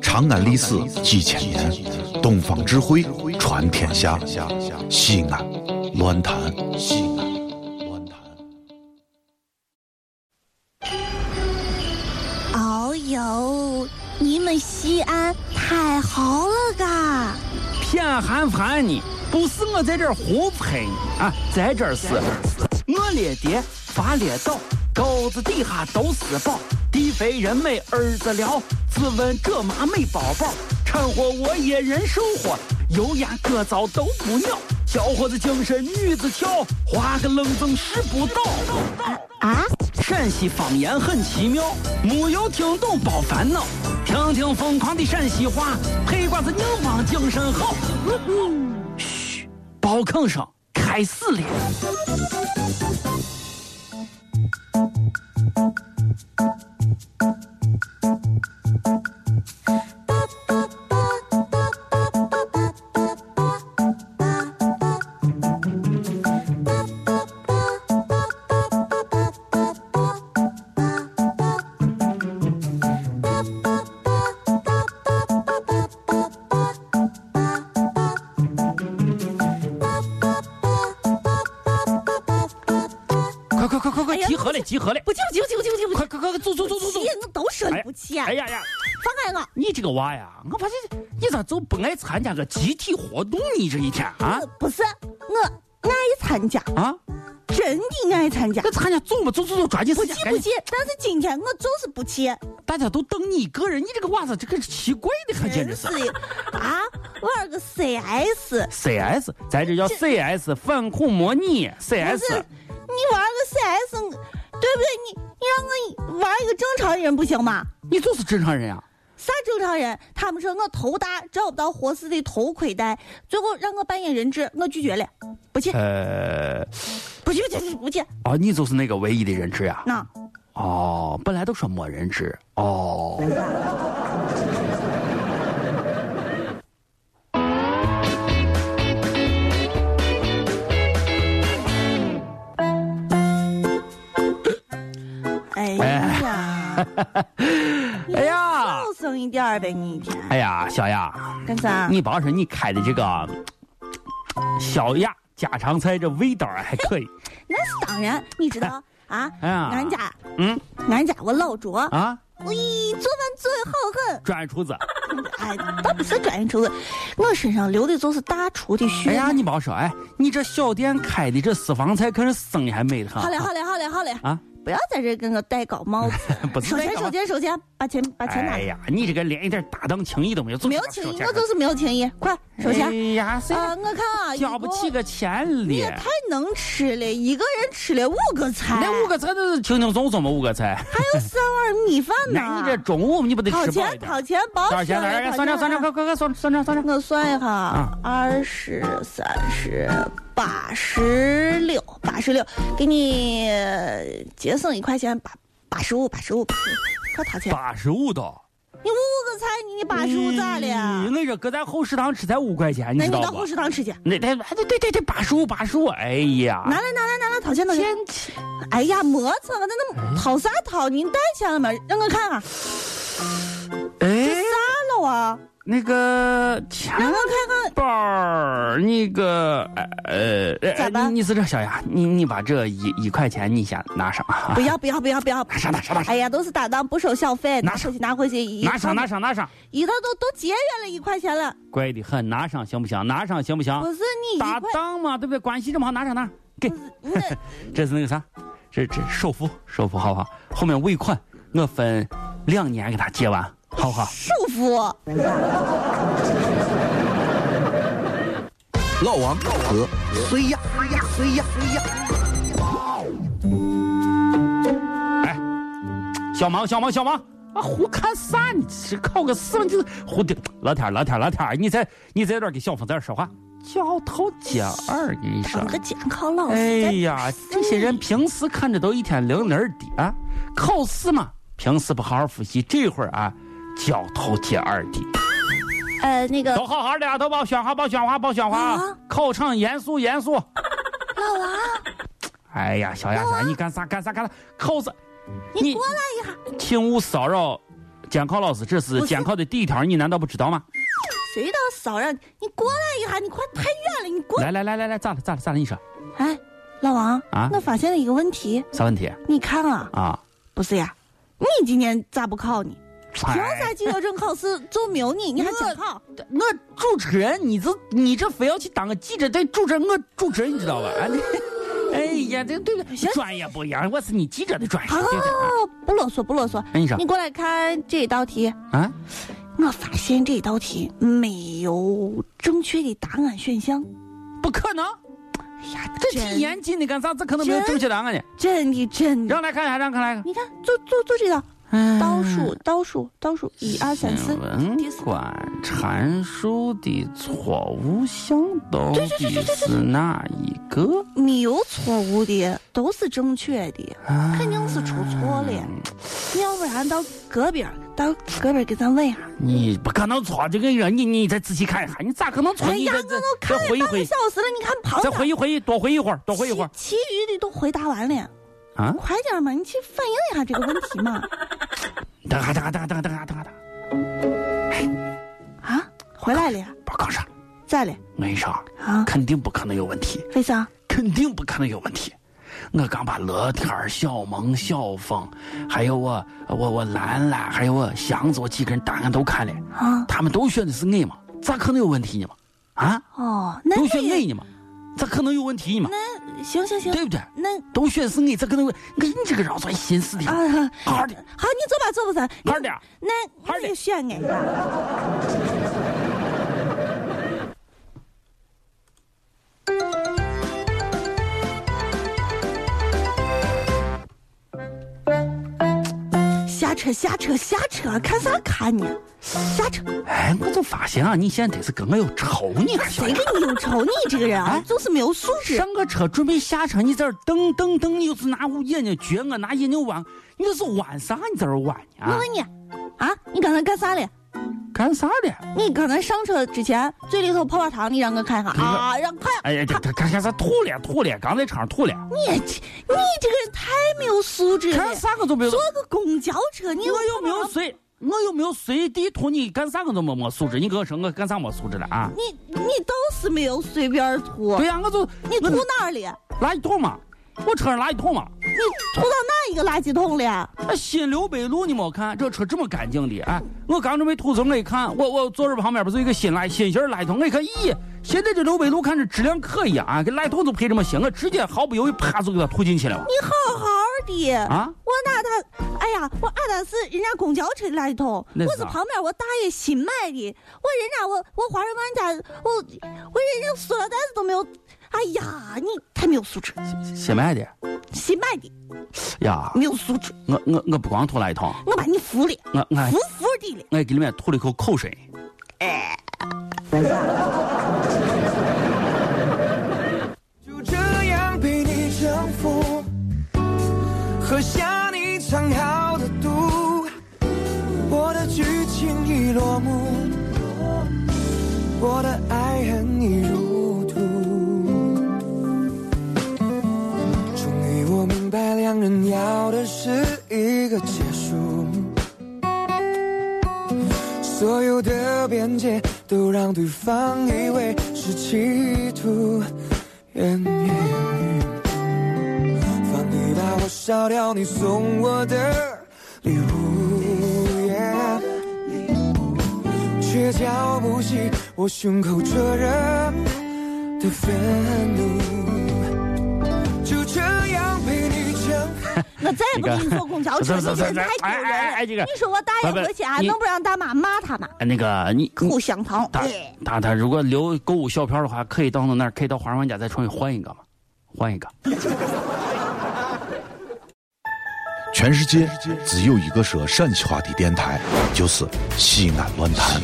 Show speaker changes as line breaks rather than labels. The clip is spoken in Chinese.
长安历史几千年，东方智慧传天下。西安，乱谈西安，乱谈。
哦呦，你们西安太好了嘎！
偏寒寒你，不是我在这儿胡喷你啊，在这儿是，我列爹发列倒，沟子底下都是宝，地肥人美儿子了，自问这妈没宝宝，掺和我也人生活，油盐各糟都不尿，小伙子精神女子俏，花个愣风使不倒。
啊，
陕西方言很奇妙，没有听懂别烦恼，听听疯狂的陕西话，黑瓜子硬邦精神好。嘘，包吭声开始了。快快快快快，
哎呀
集合了，集合了！
不急不急不急不急不急不急
快快快快，走走走走走！
急，我都说你不急，
哎呀呀，
放开我！
你这个娃呀，我发现你咋就不爱参加个集体活动呢？这一天啊
我不是，我爱参加，
啊，
真的爱参加
那。参加走吧，走走走，抓紧
不
时
急
间，
不
赶紧！
急，但是今天我就是不去，
大家都等你一个人，你这个娃子这个奇怪的很，简直
真
是
是。的啊！玩个 CS，
CS，咱这叫 CS 反恐模拟
不
CS
是。你玩个 CS，对不对？你你让我玩一个正常人不行吗？
你就是正常人啊！
啥正常人？他们说我头大，找不到合适的头盔戴，最后让我扮演人质，我拒绝了，不去，
呃，
不去，不去，不去。
啊，你就是那个唯一的人质呀、
那
哦，本来都说没人质。哦，
哎呀，
哎呀
小，声一点儿呗，你一天
哎呀，小雅，
干啥？
你别说你开的这个小雅家常菜这味道还可以。
那是当然，你知道啊？
哎呀
俺家
嗯
俺家我老卓，
啊，
喂，做饭做的好狠。
专业厨子。
哎，倒不是专业厨子，我身上流的就是大厨的血。
哎呀，你别说，哎，你这小店开的这私房菜可是生意还美得很。
好嘞，好嘞，好嘞，好嘞。
啊，。
不要在这跟我戴高帽子
不是
收
戴
钱，
高帽
收钱，收钱，把钱把钱拿
哎
来。
呀，你这个连一点搭档情谊都没有，就是
没有
把
情
手
谊，
牵
我就是没有情谊。快收
哎
钱！
呀，谁
啊，我看啊，
交不起
一共
个钱
你也
了
太。能吃了，一个人吃了五个菜，
那五个菜都是轻轻松松嘛，五个菜。
还有三碗米饭呢。
那你这中午你不得
掏
吃饱一
钱，
点？
掏钱，包
多少钱？来来，算账算账，快快快算算账算账。
我算一下啊，二十三十八十六八十六，给你呃节省一块钱，八八十五八十五，85快掏钱！
八十五刀。
你五个菜，你八十五咋了
嗯？那个搁咱后食堂吃才五块钱，你
那
知
你
道
到
不
后？食堂吃去，
那得对对对对，八十五八十五，哎呀，
拿来拿来拿来，掏钱掏钱！哎呀，磨蹭啊，那那掏啥掏？你带钱了吗？让我看看，
哎，
啥了啊？
那个钱
让我看看，
包儿，那个呃呃
咋
呃，
办
你你是这小雅，你你把这一一块钱你先拿上啊，
不要不要不要不要！
拿上拿上拿上
哎呀，都是搭档不收小费，
拿
拿回去拿回去，一
拿上拿上拿上，
一到都都节约了一块钱了。
乖的很，拿上行不行？拿上行不行？
不是你一
搭
块，
档嘛，对不对？关系这么好，拿上拿上，给，
那
这是那个啥，这这首付首付好不好？后面尾款我分两年给他结完，好不好？
束缚。
老王和谁呀？谁呀？谁呀？谁呀？
小王，小王，小王，啊，胡看啥？你这靠个什么？这胡的，老天儿，老天儿，老天儿，你在你在这儿给小峰在这儿说话，交头接耳，跟你说
当。个监考老师，
哎呀，这些人平时看着都一天零零的啊，考试嘛，平时不好好复习，这会儿啊，交头接耳的，
呃，那个
都好好的啊，都别喧哗，别喧哗，别喧哗啊
啊，
考场严肃严肃。
老王，
哎呀，小丫头，你干啥干啥干啥？考试，
你过来一下，
请勿骚扰监考老师，这是
不是
监考的第一条，你难道不知道吗？
谁当嫂让你你过来一下，你快太远了，你过来。
来来来来来，咋了咋了咋了？你说
哎，老王
啊
那发现了一个问题，
啥问题
你看啊，
啊？
不是呀，你今年咋不考呢？凭
哎
啥就要证考试就没有你？你还想考？
我主持人，你这你这非要去当个记者对主持人，我主持人你知 道吧？啊，你，哎呀，这对不对？
行
专业不一样，我是你记者的专业，
好
对不对？啊
好，不啰嗦不啰嗦。
哎你说
过来看这一道题，
啊，
我发现这一道题没有正确的答案选项。
不可能，
哎呀，
这
真
挺严谨的，干啥？这可能没有
真
正确答案呢。
真的真的。
让来看一下，让看来看。
嗯你看，就就就这道，
哎
倒数倒数倒数，一二三四，
文
第四
馆阐述的错误项到底是哪一个？
没有错误的，都是正确的，
啊
肯定是出错了。要不然到隔壁儿，到隔壁儿给咱问一下。
你不可能错，这个人，你你再仔细看一下，你咋可能错？
哎
你
呀，
再
我
再
都
再
看
回一
了半
回
个，小时了，你看旁
再
边
回
儿
一回，多回一会儿，多回一
其
会儿
其余的都回答完了，
啊！
快点儿嘛，你去反映一下这个问题 嘛。
等下，等下，等下，等下，等下，等下，等下，
啊，回来了呀，
不是考试，
在嘞
我跟你说，
啊，
肯定不可能有问题，
为啥？
肯定不可能有问题。我刚把乐天儿、小萌、小峰，还有我、我、我兰兰，还有我祥子，我几个人答案都看了。
啊，
他们都选的是我嘛，咋可能有问题呢嘛？啊，
哦，那
都
你
选我呢嘛，咋可能有问题呢嘛？
那行行行，
对不对？
那
都选是我，咋可能有？我你这个人算心思的，
啊，
二点，
好，你坐吧，坐吧，咱
二点，
那
快
那
点
你选俺吧。下车，下车，下车！看啥看呢？下车！
哎，我就发现啊，你现在得是跟我有仇呢，还小
谁
样
跟你有仇？你这个人啊
哎，
就是没有素质。
上个车准备下车，你在这儿蹬蹬蹬，又是拿眼睛撅我，拿眼睛弯，你这是弯啥？你在这儿弯呢？
我
啊
问你，啊，你刚才干啥嘞？
干啥呢？
你刚才上车之前嘴里头泡泡糖，你让我看看啊，让快！
哎呀，这这看看啥吐了吐了，刚在车上吐了，
你这你这个人太没有素质了
干。啥我都没有
坐。个公交车，你
我又没有随，我又没有随地吐，你干啥我都没没素质？你跟我说我干啥没素质了啊？
你你倒是没有随便吐，
对呀、我就
你吐
我
哪儿了？
垃圾桶嘛，我车上垃圾桶嘛，
你吐到哪一个垃圾桶了？
那哎新刘北路你没看，这车这么干净的，哎，我刚准备吐的时候我一看，我我坐这旁边不是有一个新垃新型垃圾桶，我一看，咦，现在这刘北路看着质量可以啊，这垃圾桶都配这么新，我直接毫不犹豫啪就给它吐进去了嘛，
你好好的，
啊，
我拿它，哎呀，我拿它是人家公交车的垃圾桶，
那是
我是
啥
旁边我大爷新买的，我人家我我华润万家，我我人家塑料袋子都没有，哎呀，你太没有素质，
新买的
新买的
呀，
没有素质，
我我我不光吐垃圾桶，
我把你服了，
我我
服服的了。
我还给里面吐了一口口水。
就这样陪你征服，喝下你藏好的毒，我的剧情已落幕，我的爱恨已入土。终于我明白，两人要的是一个结束，所有的边界都让对方以为是企图。言语。放你把我烧掉，你送我的礼物，yeah。却浇不熄我胸口灼热的愤怒。就这样陪你征服。
我再也不给你坐公 交车，
这
你
这
这人
这
太丢
哎
人
哎
了。
哎这个
你说我大爷回去还
不是你
能不让大妈骂他吗？
哎那个你你
口香糖，
他
哎
他他如果留购物小票的话，可以到那儿，可以到华润万家再重新换一个嘛，换一个。
全世界只有一个说陕西话的电台，就是西安乱坛。